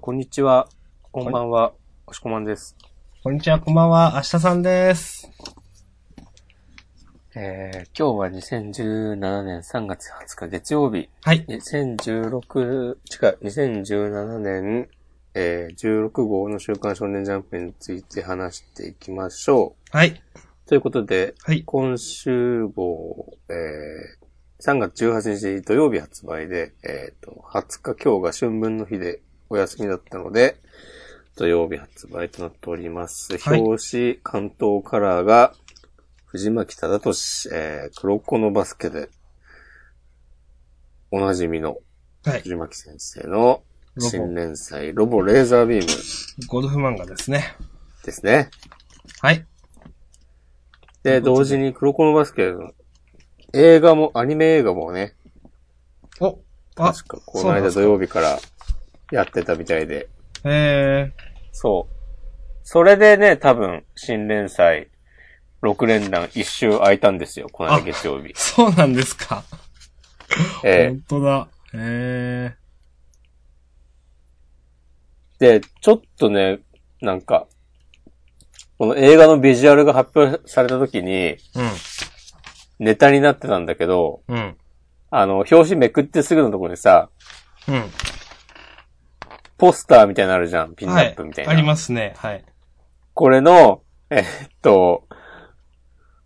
こんにちは。こんばんは。おしこまんです。こんにちは、こんばんは、明日さんです。えー、今日は2017年3月20日月曜日。はい。 2016、違う、2017年、えー、16号の週刊少年ジャンプについて話していきましょはい。う。ということで、はい。今週号、えー、3月18日土曜日発売で、えっ、と、20日今日が春分の日でお休みだったので、土曜日発売となっております。はい表紙、関東カラーが、藤巻忠俊、えー、黒子のバスケで、おなじみのはい。藤巻先生のロボ新連載、ロボレーザービームゴルフ漫画ですね。ですね。はい。で、同時に黒子のバスケの映画も、アニメ映画もね、お、あ、確かこの間土そうなんですか曜日からやってたみたいで。えそう。それでね、多分、新連載、6連弾一周空いたんですよ、この間月曜日ー、。そうなんですか。え本当だ。ええで、ちょっとね、なんか、この映画のビジュアルが発表された時に、ー、ネタになってたんだけど、うん、うん、あの、表紙めくってすぐのところにさ、うポスターみたいなのあるじゃん、ピンん。ナはッいプみたい。な。ありますね。はい。これの、えっと、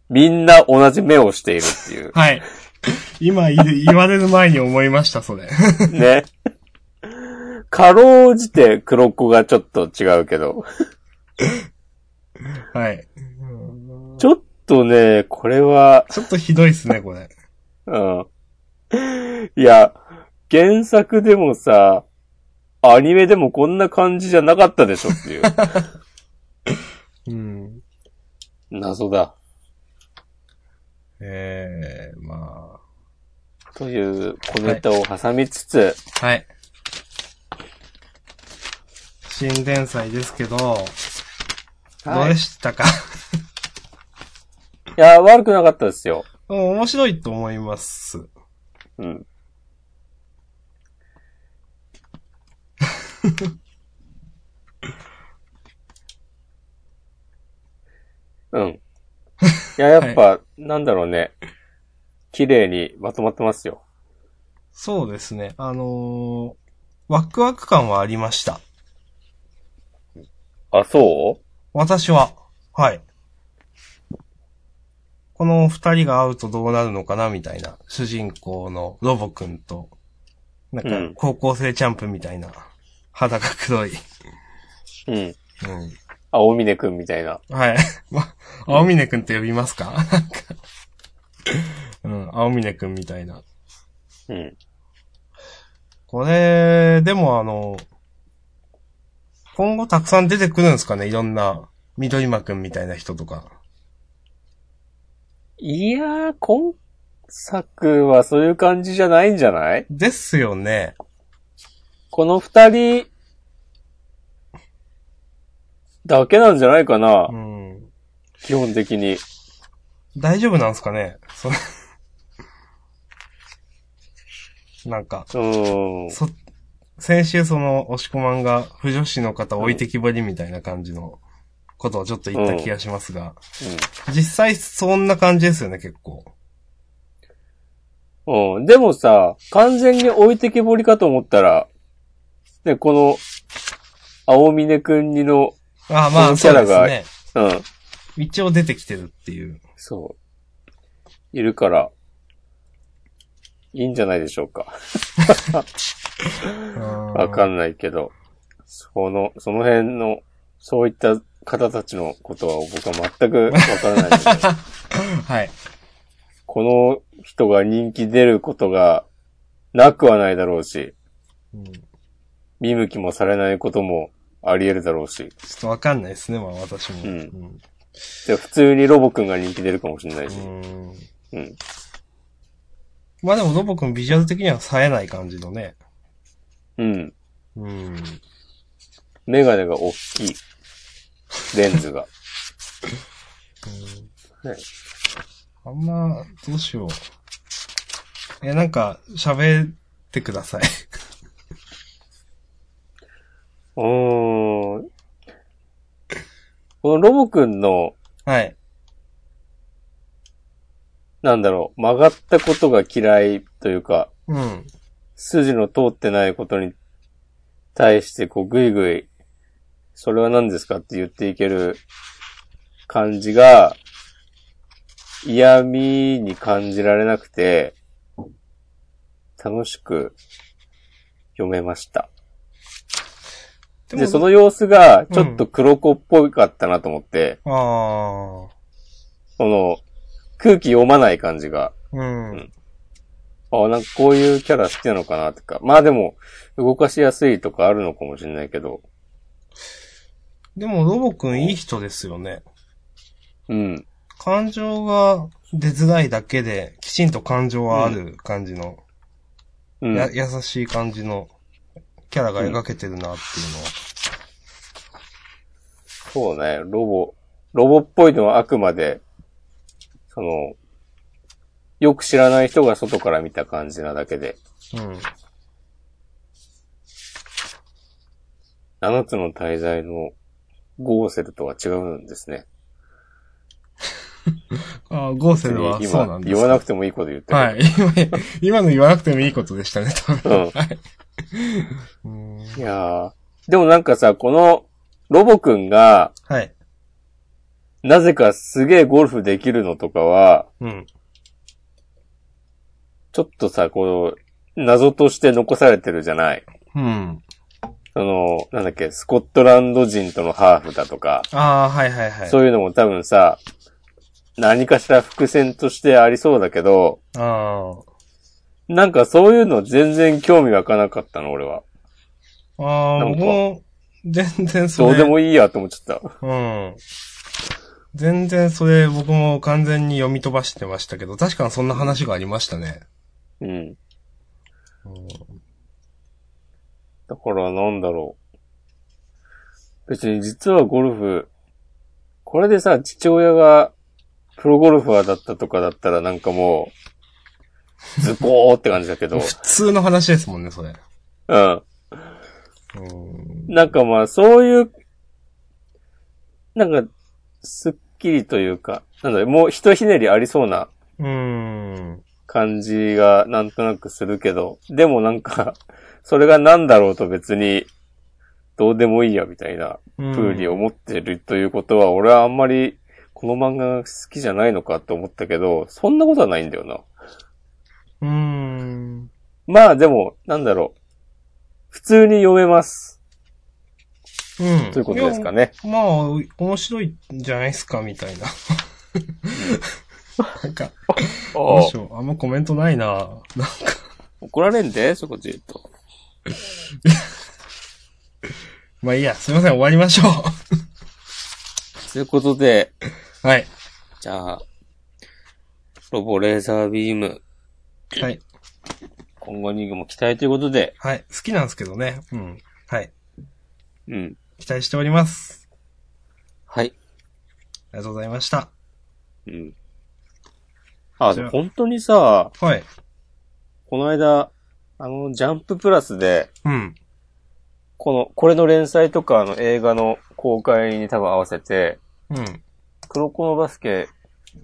みんな同じ目をしているっていう。はい。 今い言われる前に思いました、それ。 ね。かろうじて黒子がちょっと違うけど。はい。ちょっとね、これは、ちょっとひどいっすね、これ。うん。いや、原作でもさ、アニメでもこんな感じじゃなかったでしょ っていう。うん。謎だ。えー、まという小ネタを挟みつつ、あ。はい。新連載ですけど、どうはいでいしたかや、悪くなかったですよ。うん、面白いと思います。うん。 うん。いや、やっぱ、なんだろうね。綺麗にまとまってますよ。そうですね。あのー、ワクワク感はありました。あ、そ私は。はい。このお二人が会うとどうなるのかなみたいな。主人公のロボくんと、なうんんか、高校生チャンプみたいな。肌が黒い。ううん。う青峰くんみたいな。ん。はい。 ま、青峰くんって呼びますかなんか。うん、青峰くんみたいな。うん。これ、でもあの、今後たくさん出てくるんですかねいろんな、緑間くんみたいな人とか。いやー、今作はそういう感じじゃないんじゃないですよね。この二人、だけなんじゃないかな、うん。基本的に。大丈夫なんですかねそなんか、うん。そ、先週その、押し込まんが、不女子の方置いてきぼりみたいな感じの、ことをちょっと言った気がしますが、実際そんな感じですよね、結構。うん。うん。でもさ、完全に置いてけぼりかと思ったら、ね、この、青峰くんにの、ああ、まあ、そそういううキャラでがすね。うん。一応出てきてるっていう。そう。いるから、いいんじゃないでしょうか。わわかんないけど、その、その辺の、そういった方たちのことは僕は全くわからないので、 はい。この人が人気出ることがなくはないだろうし、うん見向きもされないこともあり得るだろうし、ちょっとわかんないですね、まあ私も。うんん。で普通にロボくんが人気出るかもしれなういし。んうん。まあでもロボくんビジュアル的には冴えない感じのね。うん。うん。メガネが大きい。レンズ が。はいあんま、どうしよう。え、なんか、喋ってください。うーん。このロボくんの、 はい。なんだろう、曲がったことが嫌いというか、うん。筋の通ってないことに対して、こう、ぐいぐい、それは何ですかって言っていける感じが、嫌味に感じられなくて、楽しく読めました。でで、その様子が、ちょっと黒子っぽかったなと思って、あこの、空気読まない感じが、あ、うん。んあなんかこういうキャラ好きなのかなとか、まあでも、動かしやすいとかあるのかもしれないけど、でも、ロボくんいい人ですよね。うん。感情が出づらいだけで、きちんと感情はある感じの、うん。や優しい感じのキャラが描けてるなっていうのは。そうね、ロボ、ロボっぽいのはあくまで、その、よく知らない人が外から見た感じなだけで、うん。 7つの滞在のゴーセルとは違うんですね。ああ、ゴーセルは別にそう今、なんです言わなくてもいいこと言ってる。はい。 今、今の言わなくてもいいことでしたね、多分。うんはい。うーいんやーでもなんかさ、この、ロボくんが、はい。なぜかすげえゴルフできるのとかは、うん。ちょっとさ、こう、謎として残されてるじゃない。うん。その、なんだっけ、スコットランド人とのハーフだとか、ああ、はいはいはい。そういうのも多分さ、何かしら伏線としてありそうだけど、ああ。なんかそういうの全然興味湧かなかったの、俺は。ああ、なん僕かも、全然そどれ。うでもいいやと思っちゃった。うん。全然それ僕も完全に読み飛ばしてましたけど、確かにそんな話がありましたね。うん。うんだからなんだろう。別に実はゴルフ、これでさ、父親がプロゴルファーだったとかだったらなんかもう、ズコーって感じだけ ど、普通の話ですもんね、それ。うん。うん。なんかまあ、そういう、なんか、すっきりというか、なんだろう、もうひとひねりありそうなうん。感じがなんとなくするけど、でもなんか、 それが何だろうと別に、どうでもいいやみたいなプ風にを。思ってるということは、俺はあんまりこの漫画が好きじゃないのかと思ったけど、そんなことはないんだよな。うん。まあでも、なんだろう。普通に読めます。うん。ということですかね。いや。まあ、面白いんじゃないですか、みたいな。なんか、どうしよう。あんまコメントないな。怒られんで、そこで言うと。まあいいや、すいません、終わりましょということで、う。 はい。じゃあ、ロボレーザービーム、はい。今後にも期待ということで、はい。好きなんですけどね。うん。はい。うん。期待しております。はい。ありがとうございました。うん。あ、じでゃあも本当にさ、はい。この間、あの、ジャンププラスで、うん。この、これの連載とか、あの、映画の公開に多分合わせて、うん。黒子のバスケ、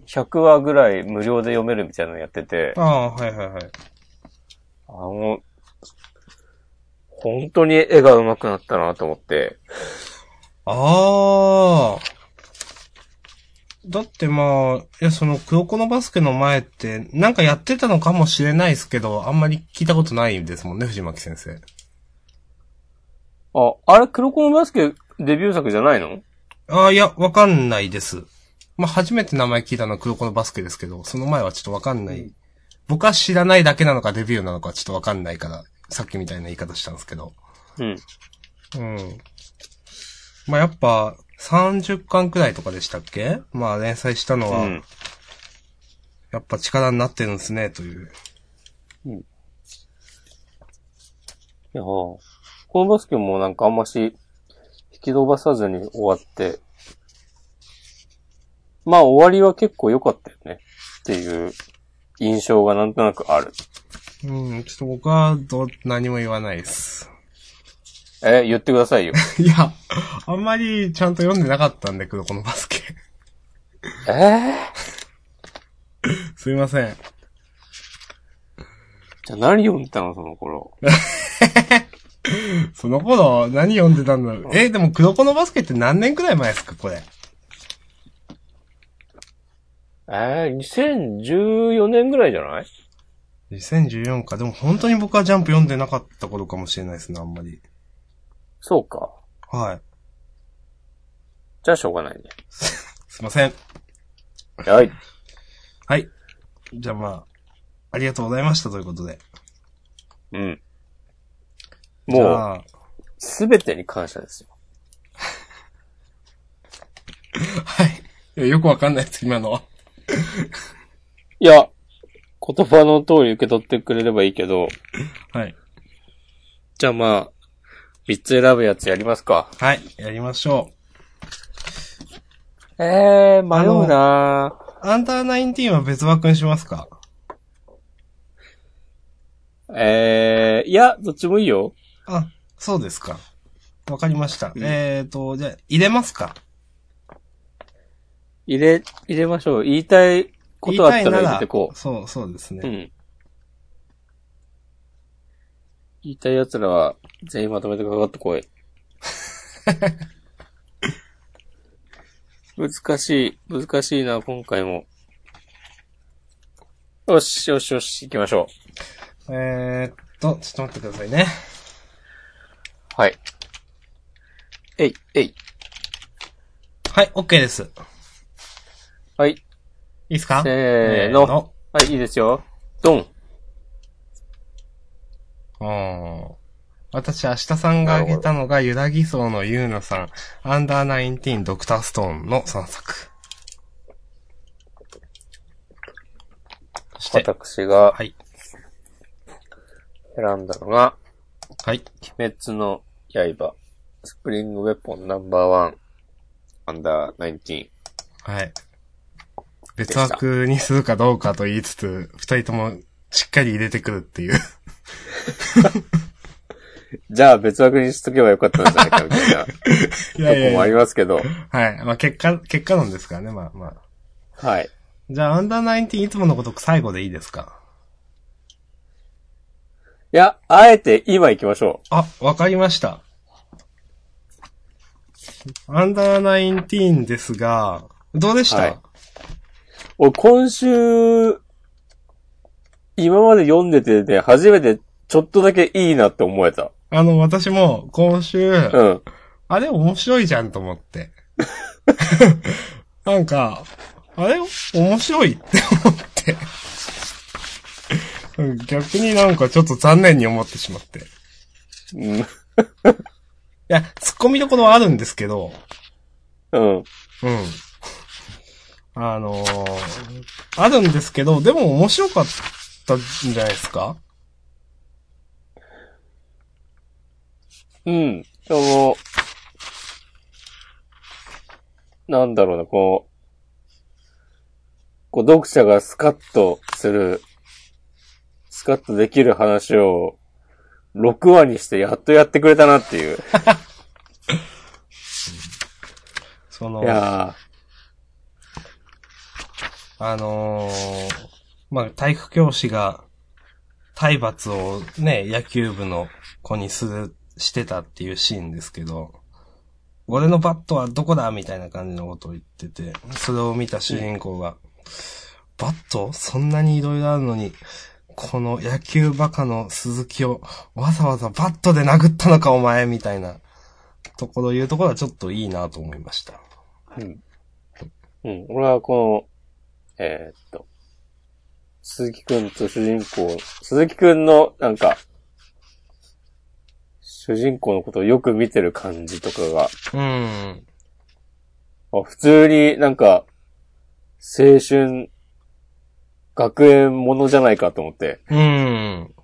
100話ぐらい無料で読めるみたいなのやっててあ、あ、はいはいはい。あの、本当に絵が上手くなったなと思って、ああ。だってまあ、いや、その、黒子のバスケの前って、なんかやってたのかもしれないですけど、あんまり聞いたことないですもんね、藤巻先生。あ、あれ、黒子のバスケデビュー作じゃないのああ、いや、わかんないです。まあ、初めて名前聞いたのは黒子のバスケですけど、その前はちょっとわかんない。僕は知らないだけなのかデビューなのかちょっとわかんないから、さっきみたいな言い方したんですけど。うん。うん。まあ、やっぱ、30巻くらいとかでしたっけまあ、連載したのは、うん。やっぱ力になってるんですね、という。いやーこのバスケもなんかあんまし、引き伸ばさずに終わって、まあ終わりは結構良かったよね。っていう印象がなんとなくある。うん、ちょっと僕は、どう、何も言わないです。えー言ってくださいよ。いや、あんまりちゃんと読んでなかったんで、黒子のバスケ。 えー、すいません。じゃあ何読んでたのその頃。その頃、何読んでたんだろう。え、でも黒子のバスケって何年くらい前ですか、これ。えー、2014年ぐらいじゃない2014か。でも本当に僕はジャンプ読んでなかった頃かもしれないですね、あんまり。そうか。はい。じゃあしょうがないね。すいません。はい。はい。じゃあまあ、ありがとうございましたということで。うん。じもう、ゃあすべてに感謝ですよ。はい。いやよくわかんないです、今のは。いや、言葉の通り受け取ってくれればいいけど、はい。じゃあまあ、3つ選ぶやつやりますか。はい、やりましょう。えー、迷うなぁアンダーナインティーンは別枠にしますかえー、いや、どっちもいいよ。あ、そうですか。わかりました。うんえーと、じゃあ、入れますか入れ、入れましょう。言いたいことあったら言いい入れてこそう、そうですう。うね。ん。言いたい奴らは、全員まとめてかかって こい。難しい、難しいな、今回も。よし、よし、よし、行きましょえーっと、ちょっと待ってくださいね。う。はい。えい、えい。はい、OK です。いはい。いですかせーのはい、いいですよ。ドン。うん。私、明日さんが挙げたのが、ゆらぎそうのゆうなさん、アンダーナインティーン、ドクターストーンの3作。そして、私がはい。選んだのが、はい。鬼滅の刃、スプリングウェポンナンバーワン、アンダーナインティーン。はい。別枠にするかどうかと言いつつ、二人ともしっかり入れてくるっていう。じゃあ別枠にしとけばよかったんじゃないかみたいなと いこもありますけど。はい。まあ、結果、結果論ですからね、まあまあ。はい。じゃあ、アンダーナインティーンいつものことく最後でいいですかいや、あえて今行きましょあ、わかりました。アンダーナインティーンですが、どうでした、はいいう。俺今週、今まで読んでてね、初めてちょっとだけいいなって思えた。あの、私も今週、うん。あれ面白いじゃんと思って。 なんか、あれ面白いって思って。逆になんかちょっと残念に思ってしまって。いうん。や、突っ込みどころはあるんですけど、うん。うん。あのーあるんですけど、でも面白かったんじゃないですかうん。でも、なんだろうな、こう、こう読者がスカッとする、スカッとできる話を、6話にしてやっとやってくれたなっていう。そのい、やあのーまあ、体育教師が、体罰をね、野球部の子にする、してたっていうシーンですけど、俺のバットはどこだみたいな感じのことを言ってて、それを見た主人公が、バットそんなに色々あるのに、この野球バカの鈴木をわざわざバットで殴ったのかお前みたいなところ言うところはちょっといいなと思いました。ー、うん。うん、俺はこの、えーっと、鈴木くんと主人公、鈴木くんの、なんか、主人公のことをよく見てる感じとかが、うん。あ普通になんか、青春、学園ものじゃないかと思って。うん。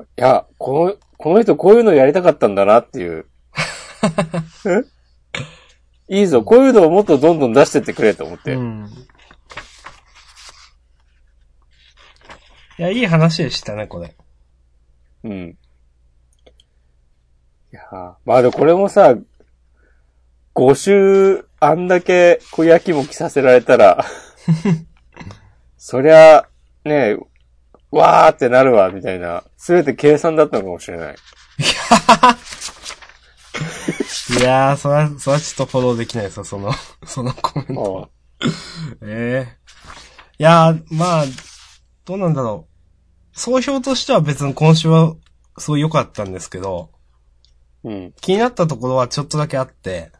いや、この、この人こういうのやりたかったんだなっていう。えいいぞ、こういうのをもっとどんどん出してってくれと思って。うん。いや、いい話でしたね、これ。うん。いやーまあでもこれもさ、5週、あんだけ、こう、やきもきさせられた ら、そりゃ、ねわーってなるわ、みたいな、すべて計算だったのかもしれない。いやー、そら、そらちょっとフォローできないですよ、その、 そのコメンうト。んええいやー、まあ、どうなんだろう。総評としては別に今週は、すごい良かったんですけど、うん。気になったところはちょっとだけあって、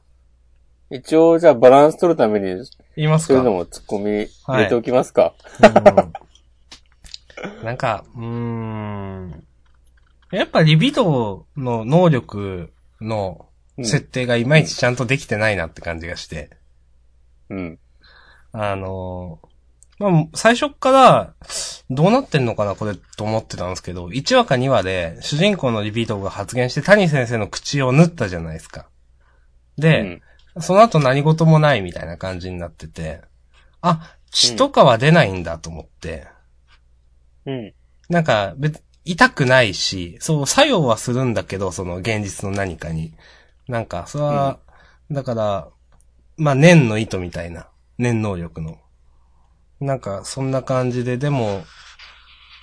一応、じゃあバランス取るために、言いますそうかいうのも突っ込み入れておきますか。うんなんか、うーん。やっぱリビドーの能力のうん設定がいまいちちゃんとできてないなって感じがして。うん。あのーまあ、最初っから、どうなってんのかな、これ、と思ってたんですけど、1話か2話で、主人公のリビートが発言して、谷先生の口を縫ったじゃないですか。で、その後何事もないみたいな感じになってて、あ、血とかは出ないんだと思って、うん。うん。なんか、別、痛くないし、そう、作用はするんだけど、その現実の何かに。なんか、それは、だから、まあ、念の意図みたいな。念能力の。なんか、そんな感じで、でも、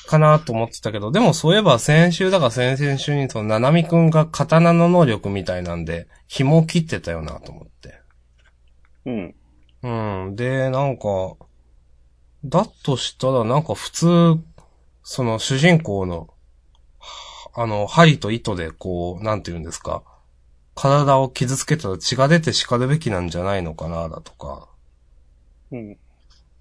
かなと思ってたけど、でもそういえば先週だから先々週にその、ななみくんが刀の能力みたいなんで、紐を切ってたよなと思って。うん。うん。で、なんか、だとしたら、なんか普通、その主人公の、はあの、針と糸でこう、なんて言うんですか、体を傷つけたら血が出て叱るべきなんじゃないのかな、だとか。うん。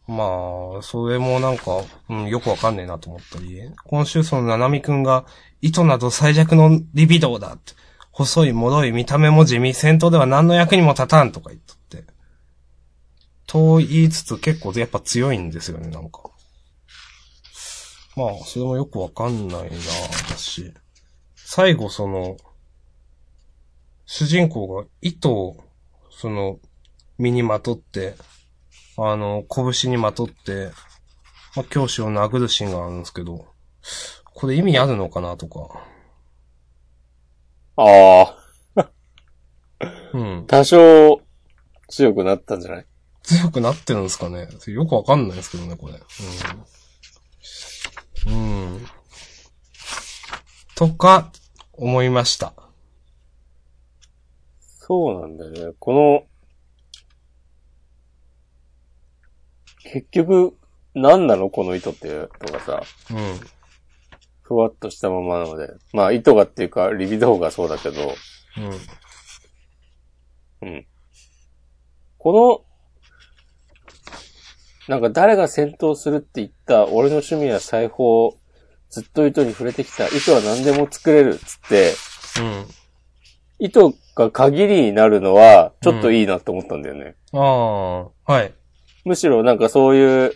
まあ、それもなんか、うん、よくわかんねえなと思ったり、今週そのななみくんが、糸など最弱のリビドーだって、細い脆い見た目も地味、戦闘では何の役にも立たんとか言っとって。と言いつつ結構やっぱ強いんですよね、なんか。まあ、それもよくわかんないな、私。最後その、主人公が糸を、その、身にまとって、あの、拳にまとって、まあ、教師を殴るシーンがあるんですけど、これ意味あるのかなとか。ああ、うん。多少、強くなったんじゃない強くなってるんですかね。よくわかんないですけどね、これ。うん。うん。とか、思いました。そうなんだよね。この、結局、何なのこの糸っていうのがさ、うん。ふわっとしたままなので。まあ、糸がっていうか、リビドーがそうだけど、ううん。ん。この、なんか誰が戦闘するって言った、俺の趣味は裁縫、ずっと糸に触れてきた、糸は何でも作れるっつって、うん。糸が限りになるのは、ちょっといいなって思ったんだよね。ああー、はい。むしろなんかそういう、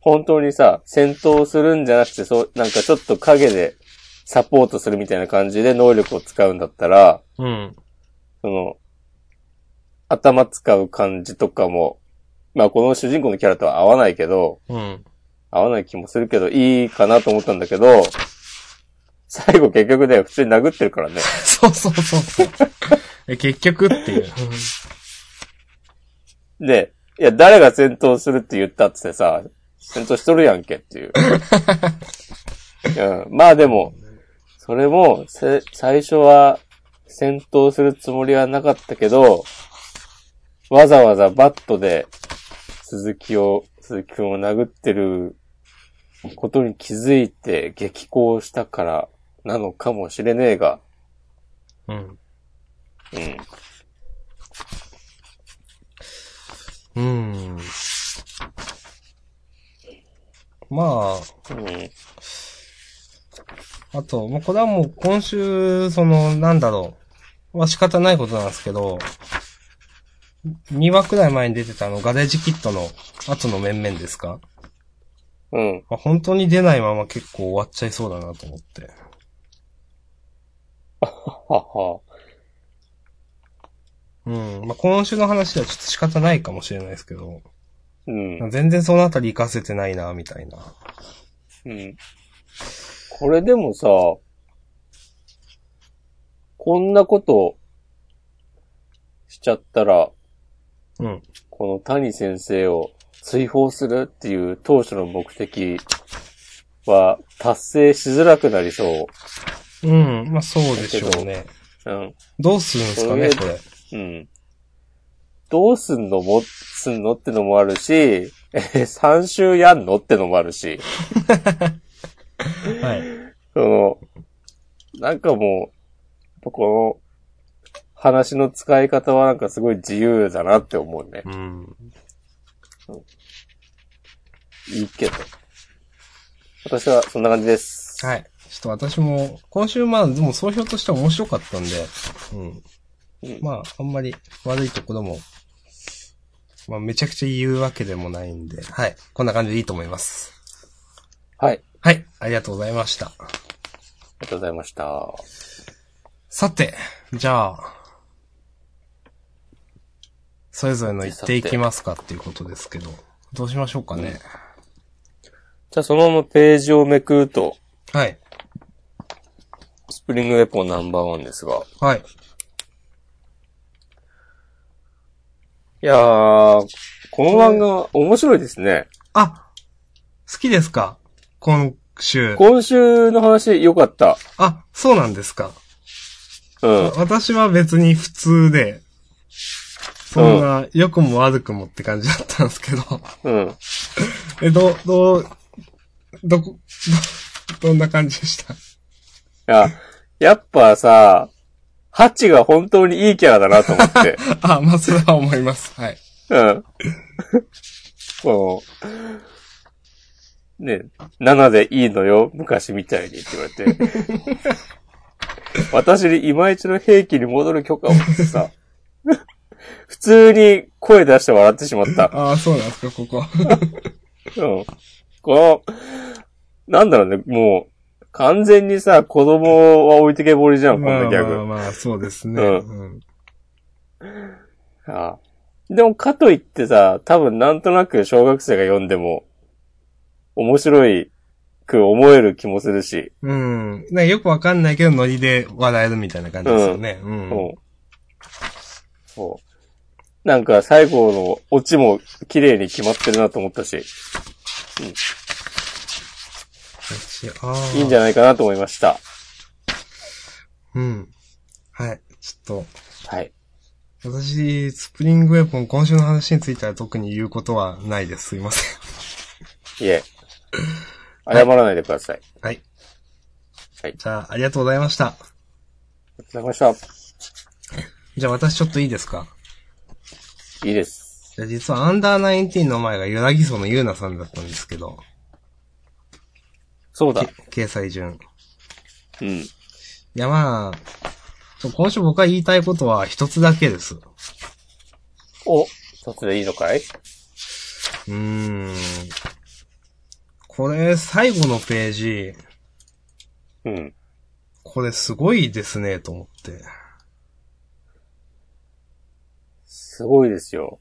本当にさ、戦闘するんじゃなくて、そう、なんかちょっと影でサポートするみたいな感じで能力を使うんだったら、うん。その、頭使う感じとかも、まあこの主人公のキャラとは合わないけど、うん。 合わない気もするけど、いいかなと思ったんだけど、最後結局ね、普通に殴ってるからね。そうそうそうそう。え結局っていう。で、いや、誰が戦闘するって言ったっつってさ、戦闘しとるやんけっていう。 うん、まあでも、それも、せ最初は戦闘するつもりはなかったけど、わざわざバットで鈴木を、鈴木くんを殴ってることに気づいて激高したからなのかもしれねえが、うん。うん。うん。まあ、うん。あと、まあ、これはもう今週、その、なんだろう。まあ、仕方ないことなんですけど、2話くらい前に出てたあの、ガレージキットの後の面々ですか、うん。まあ、本当に出ないまま結構終わっちゃいそうだなと思って。はは。うん。まあ、今週の話ではちょっと仕方ないかもしれないですけど、うん。全然そのあたり活かせてないな、みたいな。うん。これでもさ、こんなことしちゃったら、うん。この谷先生を追放するっていう当初の目的は達成しづらくなりそうん。まあそうでしょうね。う。うん。どうするんですかね、これ。うん。どうすんのも、すんのってのもあるし、えー、3週やんのってのもあるし、はい。その、なんかもう、やっぱこの、話の使い方はなんかすごい自由だなって思うね。うん。いいけど。私はそんな感じです。はい。ちょっと私も、今週まあ、でも総評としては面白かったんで、うん。まあ、あんまり悪いところも、まあ、めちゃくちゃ言うわけでもないんで、はい。こんな感じでいいと思います。はい。はい。ありがとうございました。ありがとうございました。さて、じゃあ、それぞれの言っていきますかっていうことですけど、どうしましょうかね。じゃあそのままページをめくると、はい。スプリングウェポンナンバーワンですが。はい。いやー、この漫画面白いですね。あ好きですか今週。今週の話良かった。あ、そうなんですか。うん。私は別に普通で、そんな、良くも悪くもって感じだったんですけど、 うん。え、どう、どう、どこ、ど、 どんな感じでしたいや、やっぱさ、ハチが本当にいいキャラだなと思って。 あ、まあ、それは思います。はい。うん。 この、ね、7でいいのよ、昔みたいにって言われて。 私に今一の兵器に戻る許可をってさ、 普通に声出して笑ってしまった。ああ、そうなんですか、ここ。うん。この、なんだろうね、もう、完全にさ、子供は置いてけぼりじゃん、こんまあなギャグまあ。まあ、そうですね。うんうんああでも、かといってさ、多分なんとなく小学生が読んでも、面白いく思える気もするし、うん。なんかよくわかんないけど、ノリで笑えるみたいな感じですよね。うん。うん。そう。なんか、最後のオチも綺麗に決まってるなと思ったし、ああ。いいんじゃないかなと思いました。うん。はい。ちょっはい。と、私、スプリングウェポン、今週の話については特に言うことはないです。すいません。いえ。謝らないでください。はい。はいじゃあ、ありがとうございました。ありがとうございましじゃあ、私ちょっといいですかた。いいです。じゃあ、実はアンダーナインティーンの前がユラギソのユーナさんだったんですけど、そうだ。掲載順。うん。いや、まあ、ちょ今週僕が言いたいことは一つだけです。うお、一つでいいのかいーん。これ、最後のページ、うん。これすごいですね、と思って。すごいですよ。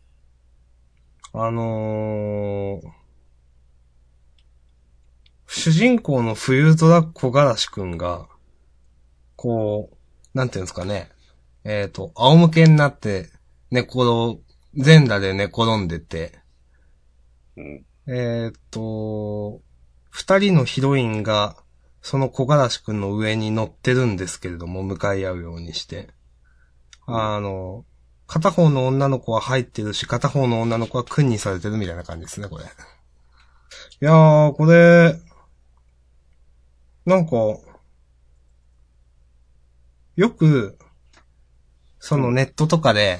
あのー、主人公の冬空小ガラシくんが、こう、なんていうんですかね、えっ、と、仰向けになって、寝転、全裸で寝転んでて、うん。えっ、と、二人のヒロインが、その小ガラシくんの上に乗ってるんですけれども、向かい合うようにして。あの、片方の女の子は入ってるし、片方の女の子は君にされてるみたいな感じですね、これ。いやー、これ、なんか、よく、そのネットとかで、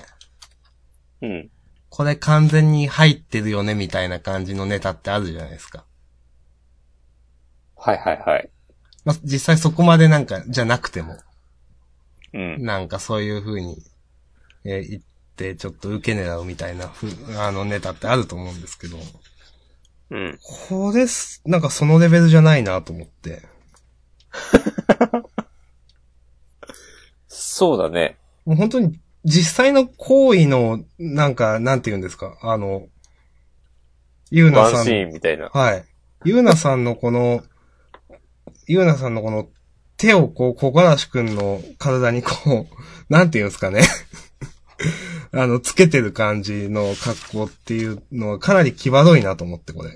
うん。これ完全に入ってるよね、みたいな感じのネタってあるじゃないですか。はいはいはい。まあ、実際そこまでなんか、じゃなくても、うん。なんかそういう風に、えー言って、ちょっと受け狙うみたいなふ、あのネタってあると思うんですけど、うん。これす、なんかそのレベルじゃないなと思って。そうだね。もう本当に、実際の行為の、なんか、なんて言うんですか、あの、ゆうなワさンんシーンみたいな。はい。ゆうなさんのこの、ゆうなさんのこの手をこう、小柄しくんの体にこう、 なんていうんですかね。あの、つけてる感じの格好っていうのはかなり際どいなと思って、これ。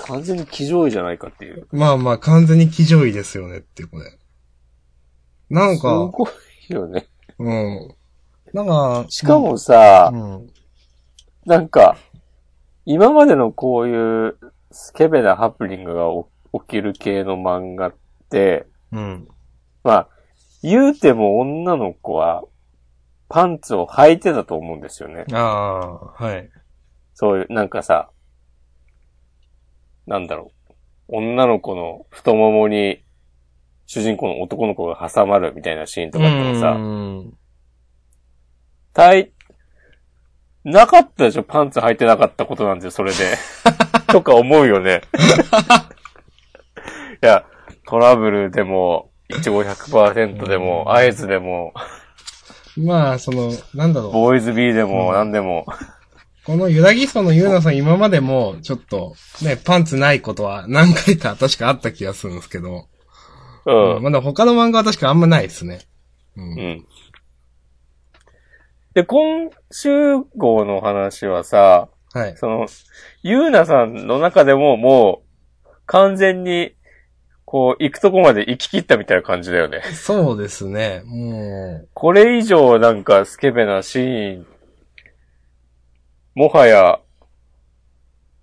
完全に騎乗位じゃないかっていう。まあまあ、完全に気乗位ですよねっていう、これ。なんすか、ごいよね。うん。なんか、しかもさ、うん、なんか、今までのこういうスケベなハプニングがお起きる系の漫画って、うん。まあ、言うても女の子はパンツを履いてたと思うんですよね。ああ、はい。そういう、なんかさ、なんだろう。女の子の太ももに主人公の男の子が挟まるみたいなシーンとかってもさ、うん大、なかったでしょパンツ履いてなかったことなんですよ、それで。とか思うよね。 いや、トラブルでも、いちご100%でも、合図でも、まあ、その、なんだろう。ボーイズビーでも、なんでも。このユダギソのユーナさん今までも、ちょっと、ね、パンツないことは何回か確かあった気がするんですけど、ううん、ん。まだ他の漫画は確かあんまないですね。うんうん。で、今週号の話はさ、はい。その、ゆうなさんの中でももう、完全に、こう、行くとこまで行き切ったみたいな感じだよね。そうですね。もこれ以上なんかスケベなシーン、もはや、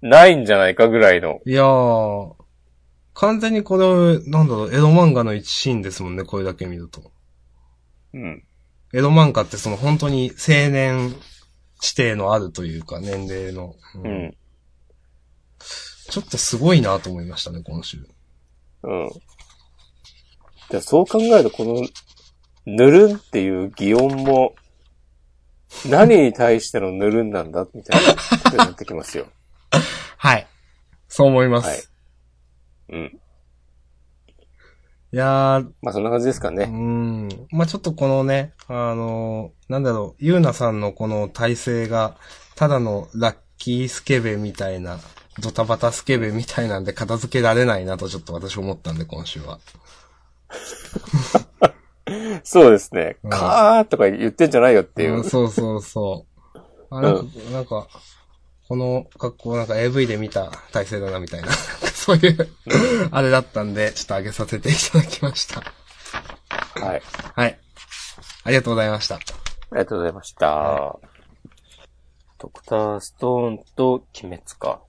ないんじゃないかぐらいの。う、いやー、完全にこれ、なんだろう、エロ漫画の一シーンですもんね、これだけ見ると。うん。エロ漫画ってその本当に青年指定のあるというか、年齢の。ううんん。ちょっとすごいなと思いましたね、今週。うん。でそう考えると、この、ぬるんっていう擬音も、何に対してのぬるんなんだみたいなことになってきます よ。はい。そう思います。はいい、うん。やー、まあ、そんな感じですかうね。ん。まあ、ちょっとこのね、あのーなんだろう、ゆうなさんのこの体勢が、ただのラッキースケベみたいな、ドタバタスケベみたいなんで片付けられないなとちょっと私思ったんで、今週は。そうですねう。ん。かーとか言ってんじゃないよっていううんそうそうそう。あ、なんか、なんかこの格好なんか AV で見た体勢だなみたいな、 そういう、あれだったんで、ちょっと上げさせていただきました。はい。はい。ありがとうございました。ありがとうございました。ドクターストーンと鬼滅か。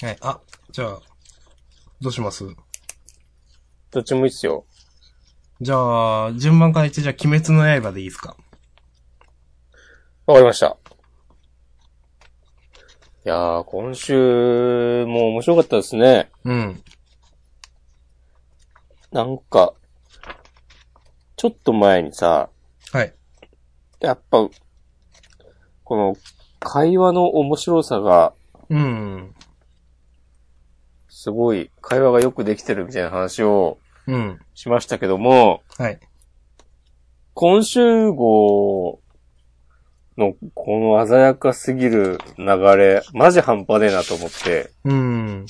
はい。あ、じゃあ、どうしますどっちもいいっすよ。じゃあ、順番から言って、じゃあ、鬼滅の刃でいいですかわかりました。いやー、今週も面白かったですね。うん。なんか、ちょっと前にさ、はい。やっぱ、この会話の面白さがうん。すごい、会話がよくできてるみたいな話をうん。しましたけども、はい。今週号のこの鮮やかすぎる流れ、マジ半端ねえなと思って、うん。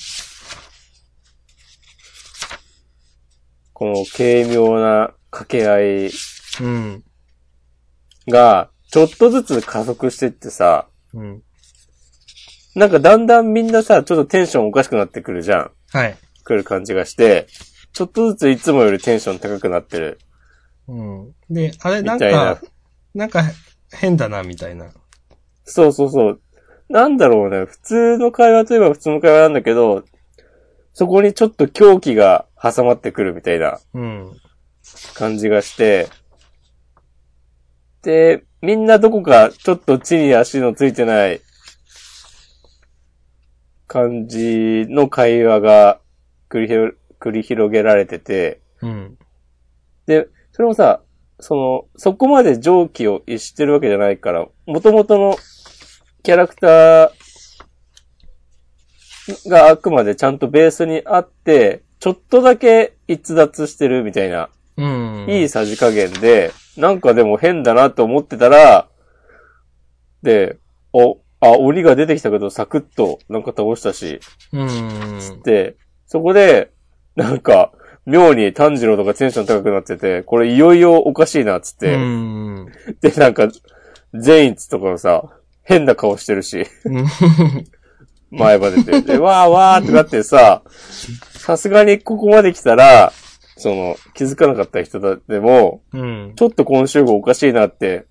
この軽妙な掛け合いうん。が、ちょっとずつ加速してってさ、うん。なんかだんだんみんなさ、ちょっとテンションおかしくなってくるじゃん。はい。くる感じがして、ちょっとずついつもよりテンション高くなってる。うん。で、あれ、みなんたいなか、なんか、変だな、みたいな。そうそうそう。なんだろうね。普通の会話といえば普通の会話なんだけど、そこにちょっと狂気が挟まってくるみたいな。うん。感じがして、で、みんなどこかちょっと地に足のついてない感じの会話が繰り広繰り広げられてて、うん。で、それもさ、その、そこまで上気を逸してるわけじゃないから、元々のキャラクターがあくまでちゃんとベースにあって、ちょっとだけ逸脱してるみたいなうん。いいさじ加減で、なんかでも変だなと思ってたら、で、お、あ、鬼が出てきたけどサクッとなんか倒したし、うん。で、そこで、なんか、妙に炭治郎とかテンション高くなってて、これいよいよおかしいな、つっうて。ん。うんで、なんか、善逸とかもさ、変な顔してるし、前歯出 て。で、わーわーってなってさ、さすがにここまで来たら、その、気づかなかった人だでも、うん。 ちょっと今週号おかしいなって、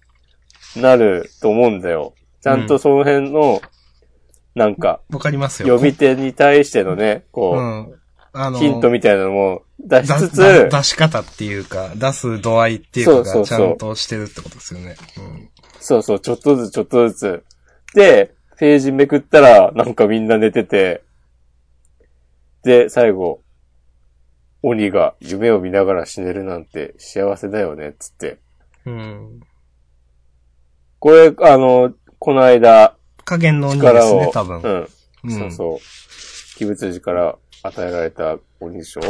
なると思うんだよ。ちゃんとその辺の、なんか、わかりますよ。読み手に対してのね、うこん。あう、の、ヒントみたいなのも出しだつつだ、出し方っていうか、出す度合いっていそうかがうちそゃうそうんとしてるってことですよね。うんそうそう、ちょっとずつちょっとずつ。で、ページめくったら、なんかみんな寝てて、で、最後、鬼が夢を見ながら死ねるなんて幸せだよね、つって。うん。これ、あの、この間、加減の鬼で力すを、ね、多分。うん、うんそうそう。鬼物児から与えられた鬼でしょ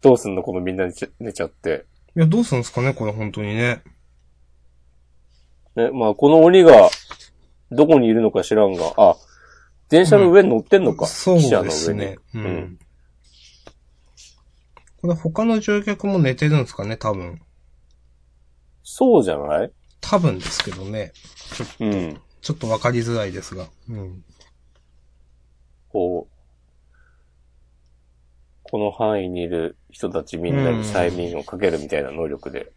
どうすんのこのみんな寝ちゃ寝ちゃって。いや、どうするんですかね、これ本当にね。ね、まあ、この鬼が、どこにいるのか知らんが、あ、電車の上に乗ってんのか。そう汽車ので上にすね。ううんん。これ他の乗客も寝てるんですかね、多分。そうじゃない多分ですけどね。うん。ちょっとわかりづらいですが。うん。こう、この範囲にいる人たちみんなに催眠をかけるみたいな能力で、で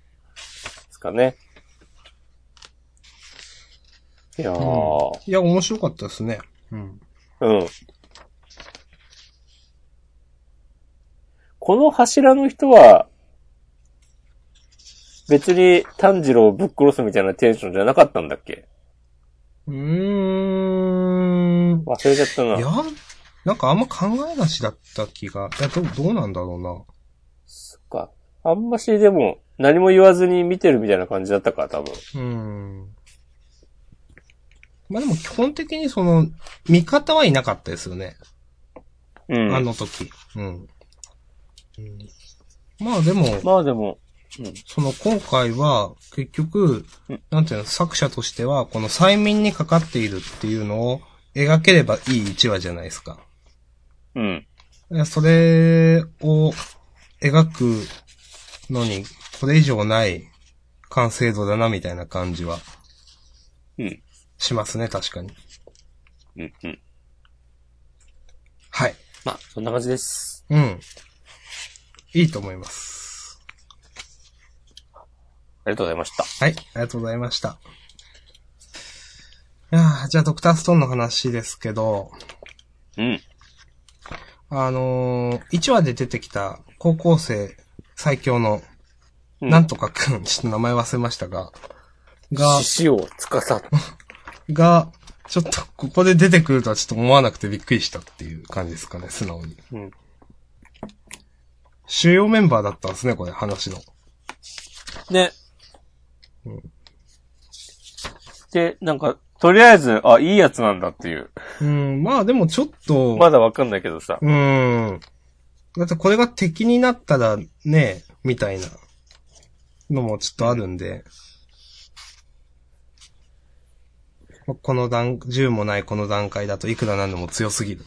すかね。いやー、いや、面白かったですね。うん。うん。この柱の人は、別に炭治郎をぶっ殺すみたいなテンションじゃなかったんだっけうーん。忘れちゃったいやな。、なんかあんま考えなしだった気が。いや、どう、どうなんだろうな。そっか。あんましでも何も言わずに見てるみたいな感じだったから、多分。うん。まあでも基本的にその、味方はいなかったですよね。うん。あの時。うん。まあでも、まあでも、その今回は、結局うん、なんていうの、作者としては、この催眠にかかっているっていうのを描ければいい1話じゃないですか。うん。いやそれを描くのに、これ以上ない完成度だな、みたいな感じはうん。しますね、確かに。うん。うん。はい。まあ、そんな感じです。うん。いいと思います。ありがとうございました。はい、ありがとうございました。いやーじゃあドクターストーンの話ですけど、うん。あのー、1話で出てきた高校生最強の、うんなんとかくん、ちょっと名前忘れましたが、が、獅子を司さ、が、ちょっとここで出てくるとはちょっと思わなくてびっくりしたっていう感じですかね、素直に。うん。主要メンバーだったんですね、これ、話の。ね。うんで、なんか、とりあえず、あ、いいやつなんだっていう。うん、まあでもちょっと、まだわかんないけどさ。うん。だってこれが敵になったらね、みたいなのもちょっとあるんで。まこの段、銃もないこの段階だといくらなんでも強すぎる。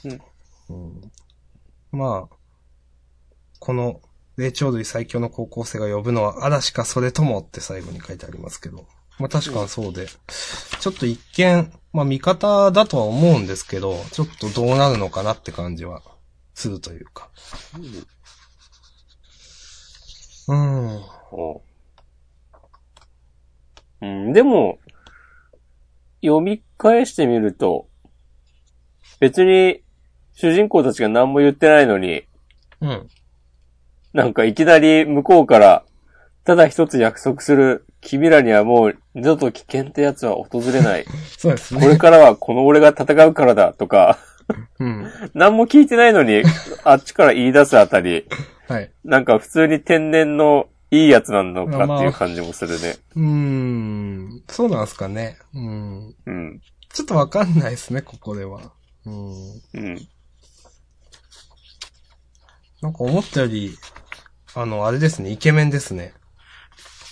うんまあ、この霊長類最強の高校生が呼ぶのは嵐かそれともって最後に書いてありますけど。まあ確かにそうで。ちょっと一見、まあ味方だとは思うんですけど、ちょっとどうなるのかなって感じはするというか。うん。うん。うん、でも、読み返してみると、別に、主人公たちが何も言ってないのに、うん。なんかいきなり向こうから、ただ一つ約束する、君らにはもう二度と危険ってやつは訪れ ない。そうですこれね。からはこの俺が戦うからだとか、うん。何も聞いてないのに、あっちから言い出すあたり、はい。なんか普通に天然のいいやつなのかっていう感じもするね。うーん。そうなんすかね。うん。うん。ちょっとわかんないですね、ここでは。うん。うん。なんか思ったより、あの、あれですね、イケメンですね。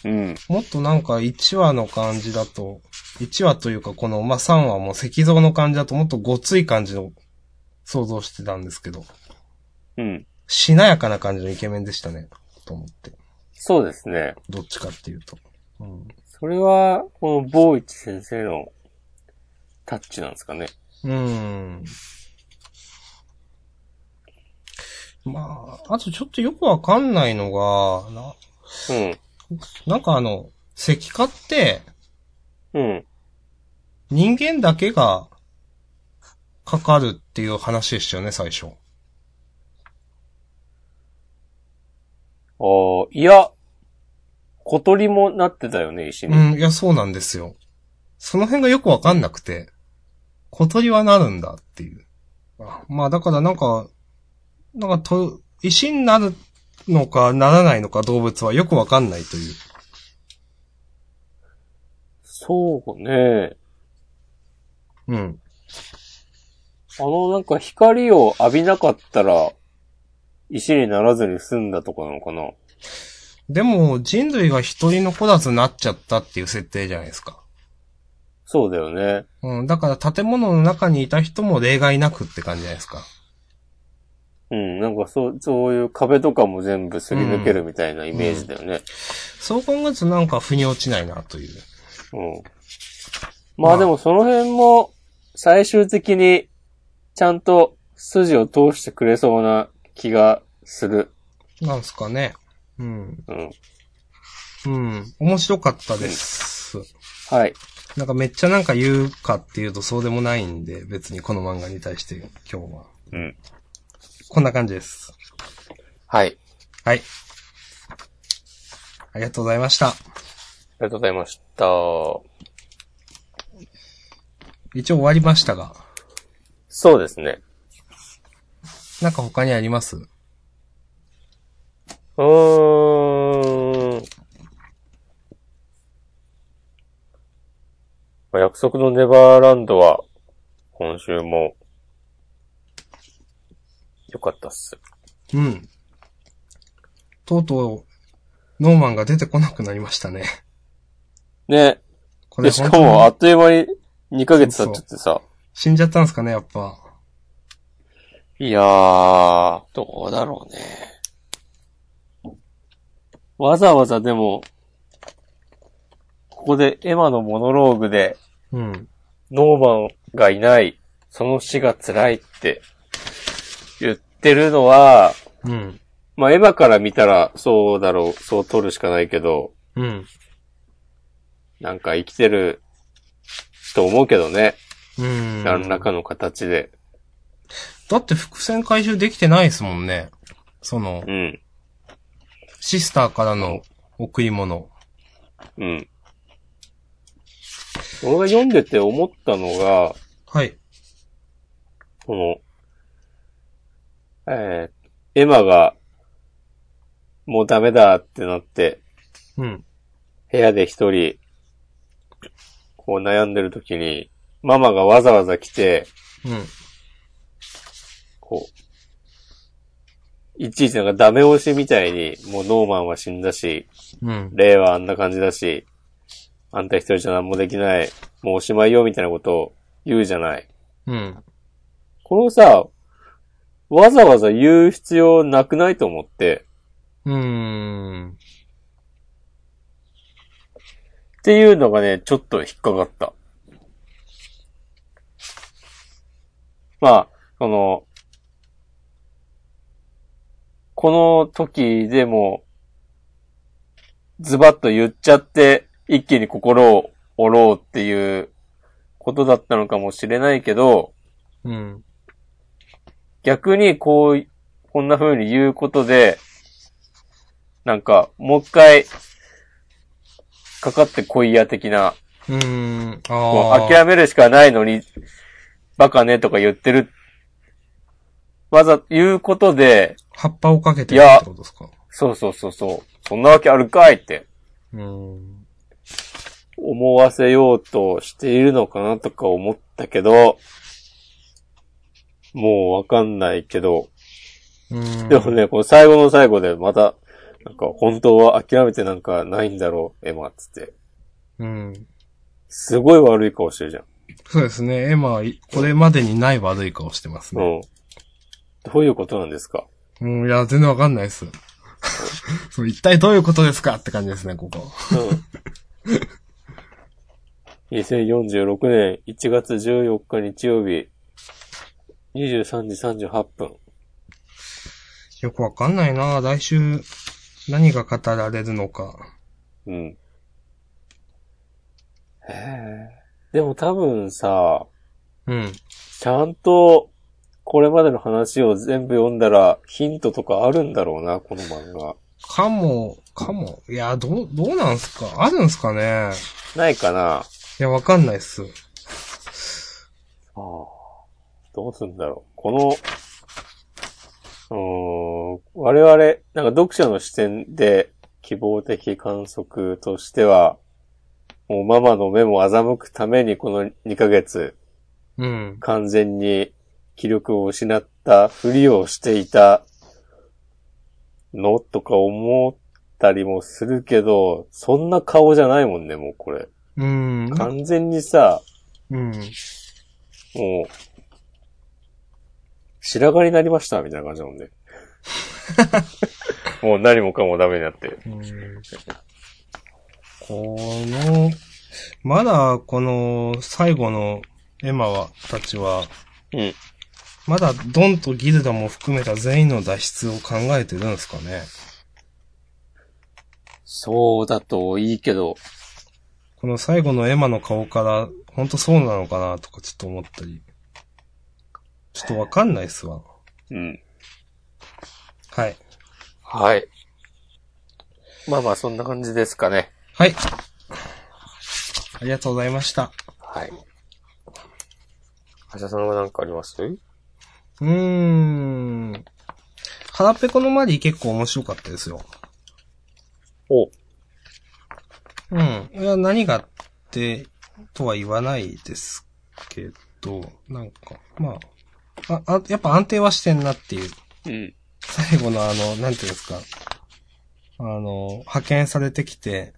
うん。もっとなんか1話の感じだと、1話というかこの、まあ、3話も石像の感じだともっとごつい感じの想像してたんですけど、うん。しなやかな感じのイケメンでしたね、と思って。そうですね。どっちかっていうと。うん。それは、この、坊一先生のタッチなんですかね。うん。まあ、あとちょっとよくわかんないのが、な、なんかあの、石化ってうん。うん。人間だけがかかるっていう話でしたよね、最初。ああ、いや、小鳥もなってたよね、石に。うん、いや、そうなんですよ。その辺がよくわかんなくて、小鳥はなるんだっていう。まあ、だからなんか、なんかと、石になるのかならないのか動物はよくわかんないという。そうね。うん。あの、なんか光を浴びなかったら、石にならずに済んだとかなのかな。でも、人類が一人残らずなっちゃったっていう設定じゃないですか。そうだよね。うん、だから建物の中にいた人も例外なくって感じじゃないですか。うん、なんかそう、そういう壁とかも全部すり抜けるみたいなイメージだよね。そう考えるとなんか腑に落ちないなという。うん。まあでもその辺も、最終的に、ちゃんと筋を通してくれそうな気がする。なんすかね。うん。うん。うん。面白かったです。はい。なんかめっちゃなんか言うかっていうとそうでもないんで、別にこの漫画に対して今日は。うん。こんな感じです。はい。はい。ありがとうございました。ありがとうございました。一応終わりましたが、そうですね。なんか他にありますうーん。まあ約束のネバーランドは、今週も、良かったっす。うん。とうとう、ノーマンが出てこなくなりましたね。ね。こで、れしかも、あ本当にっという間に2ヶ月経っちゃってさ。死んじゃったんですかね、やっぱ。いやー、どうだろうね。わざわざでも、ここでエマのモノローグで、うん。ノーマンがいない、その死が辛いって言ってるのは、うん。まあ、エヴァから見たらそうだろう、そう取るしかないけど、うん。なんか生きてると思うけどね。うん。何らかの形で。だって伏線回収できてないですもんね。そのう、ん。シスターからの贈り物。うん。俺が読んでて思ったのが、はい。この、えーエマが、もうダメだってなって、うん。部屋で一人、こう悩んでる時に、ママがわざわざ来て、うん。こう、いちいちなんかダメ押しみたいに、もうノーマンは死んだし、うん。レイはあんな感じだし、あんた一人じゃ何もできない、もうおしまいよみたいなことを言うじゃない。うん。このさ、わざわざ言う必要なくないと思って、うーん。っていうのがね、ちょっと引っかかった。まあ、その、この時でも、ズバッと言っちゃって、一気に心を折ろうっていうことだったのかもしれないけど、うん。逆にこう、こんな風に言うことで、なんか、もう一回、かかってこいや的な、うーん。もあうあ。諦めるしかないのに、バカねとか言ってる。わざ、言うことで、葉っぱをかけているやってことですか。そうそうそうそう、そんなわけあるかいってうーん。思わせようとしているのかなとか思ったけど、もうわかんないけど、うーん。でもね、この最後の最後でまた、なんか本当は諦めてなんかないんだろう、エマっつって。うん。すごい悪い顔してるじゃん。そうですね。エマは、これまでにない悪い顔してますうね。ん。どういうことなんですかうん、いや、全然わかんないです。そう、一体どういうことですかって感じですね、ここ。うん。2046年1月14日日曜日、23時38分。よくわかんないな来週、何が語られるのか。うん。へえ。でも多分さ、うん。ちゃんと、これまでの話を全部読んだら、ヒントとかあるんだろうな、この漫画。かも、かも。いや、どう、どうなんすかあるんすかねないかないや、わかんないっす。ああどうすんだろう。この、うーん、我々、なんか読者の視点で希望的観測としては、もうママの目も欺くためにこの2ヶ月、うん。完全に気力を失ったふりをしていたのとか思ったりもするけど、そんな顔じゃないもんね、もうこれ。うん。完全にさ、うん。もう、白髪になりました、みたいな感じだもん ね。もう何もかもダメになってる。うんこの、まだこの最後のエマは、たちは、うん。まだドンとギルダも含めた全員の脱出を考えてるんですかね。そうだといいけど、この最後のエマの顔から、ほんとそうなのかなとかちょっと思ったり。ちょっとわかんないっすわ。うん。はい。はい。まあまあ、そんな感じですかね。はい。ありがとうございました。はい。橋田さんは何かありますうーん。腹ペコのマリー結構面白かったですよ。お、うん。いや、何があって、とは言わないですけど、なんか、まあ、あ、あやっぱ安定はしてんなっていう。うん。最後のあの、なんていうんですか。あの、派遣されてきて、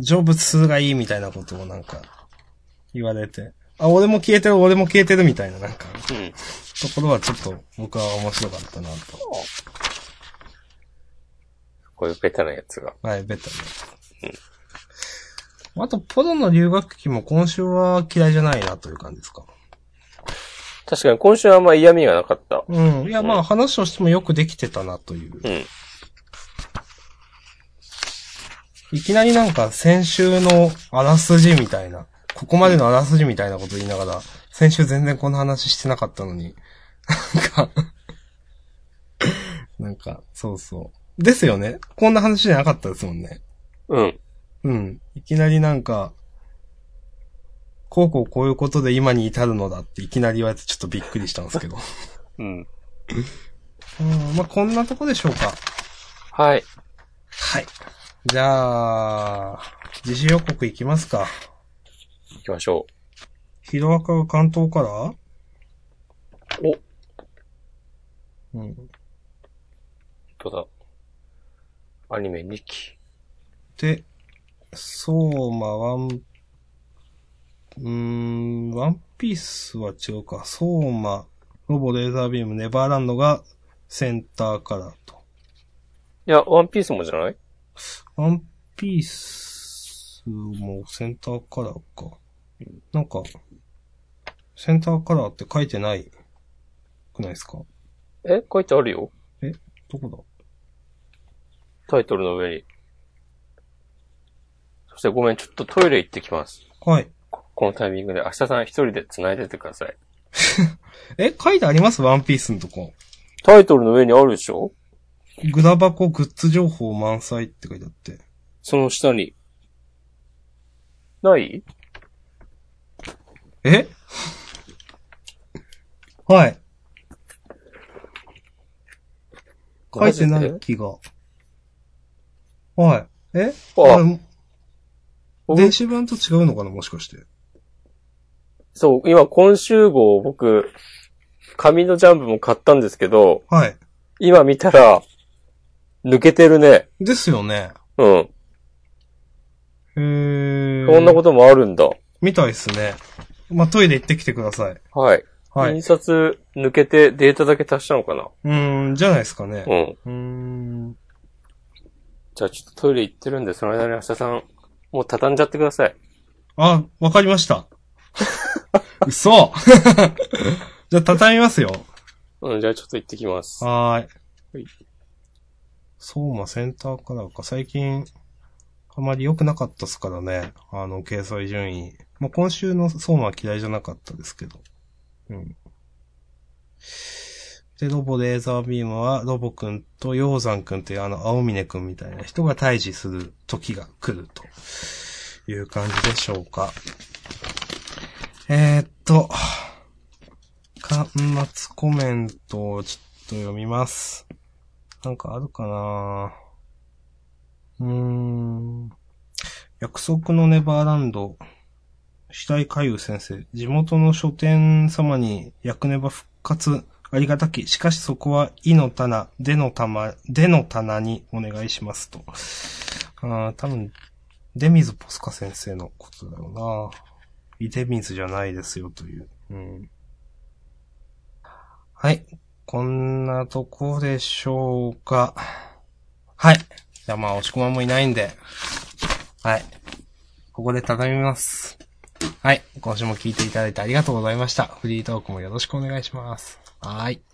成仏数がいいみたいなことをなんか、言われて、あ、俺も消えてる、俺も消えてるみたいな、なんか、うん。ところはちょっと僕は面白かったなと。こういうベタなやつが。はい、ベタに。あと、ポロの留学期も今週は嫌いじゃないなという感じですか。確かに今週はあんま嫌味がなかった。うん。いや、まうあ話をしてもよくできてたなという。うん。いきなりなんか先週のあらすじみたいな、ここまでのあらすじみたいなこと言いながら、先週全然この話してなかったのに、なんか、なんか、そうそう。ですよね。こんな話じゃなかったですもんね。うん。うん。いきなりなんか、こうこうこういうことで今に至るのだっていきなり言われてちょっとびっくりしたんですけど。うん。うん、まあ、こんなとこでしょうか。はい。はい。じゃあ、自主予告いきますか。行きましょヒロアカが関東からう。お、うん。どうだ。アニメ2期。で、そうまワン、うーん、ワンピースは違うか。そうま、ロボ、レーザービーム、ネバーランドがセンターからと。いや、ワンピースもじゃないワンピースもセンターカラーか。なんか、センターカラーって書いてないくないですかえ、書いてあるよ。どこタイトルの上に。そしてごめん、ちょっとトイレ行ってきます。だはい。ここのタイミングで、明日さん一人で繋いでてください。え、書いてありますワンピースのとこ。タイトルの上にあるでしょグラバコグッズ情報満載って書いてあって。その下に。ないえ はい。書いてなマジいで気が。はい。えああれ僕電子版と違うのかなもしかして。そう、今今週号僕、紙のジャンプも買ったんですけど、はい。今見たら、抜けてるね。ですよね。うん。へーこんなこともあるんだ。みたいですね。まあ、トイレ行ってきてください。はい。はい印。刷抜けてデータだけ足したのかなうーん、じゃないですかね。うん。うーん。じゃあちょっとトイレ行ってるんで、その間に明日さん、もう畳んじゃってください。あ、わかり ました。嘘 じゃあ畳みますよ。うん、じゃあちょっと行ってきます。ははーいい。そうまセンターカラーか。最近、あまり良くなかったっすからね。あの、掲載順位。まあ、今週のそうまは嫌いじゃなかったですけど。うん。で、ロボレーザービームは、ロボくんと鷹山くんというあの、青峰くんみたいな人が対峙する時が来るという感じでしょうか。えー、っと、端末コメントをちょっと読みます。なんかあるかなうーん。約束のネバーランド、白井海優先生、地元の書店様に役ネバ復活ありがたき、しかしそこは、いの棚、での玉、での棚にお願いしますと。あー多分、出水ポスカ先生のことだろうな井出水じゃないですよという。うん。はい。こんなとこでしょうか。はい。じゃあまあ、押し込まんもいないんで。はい。ここで畳みます。はい。今週も聞いていただいてありがとうございました。フリートークもよろしくお願いします。はーい。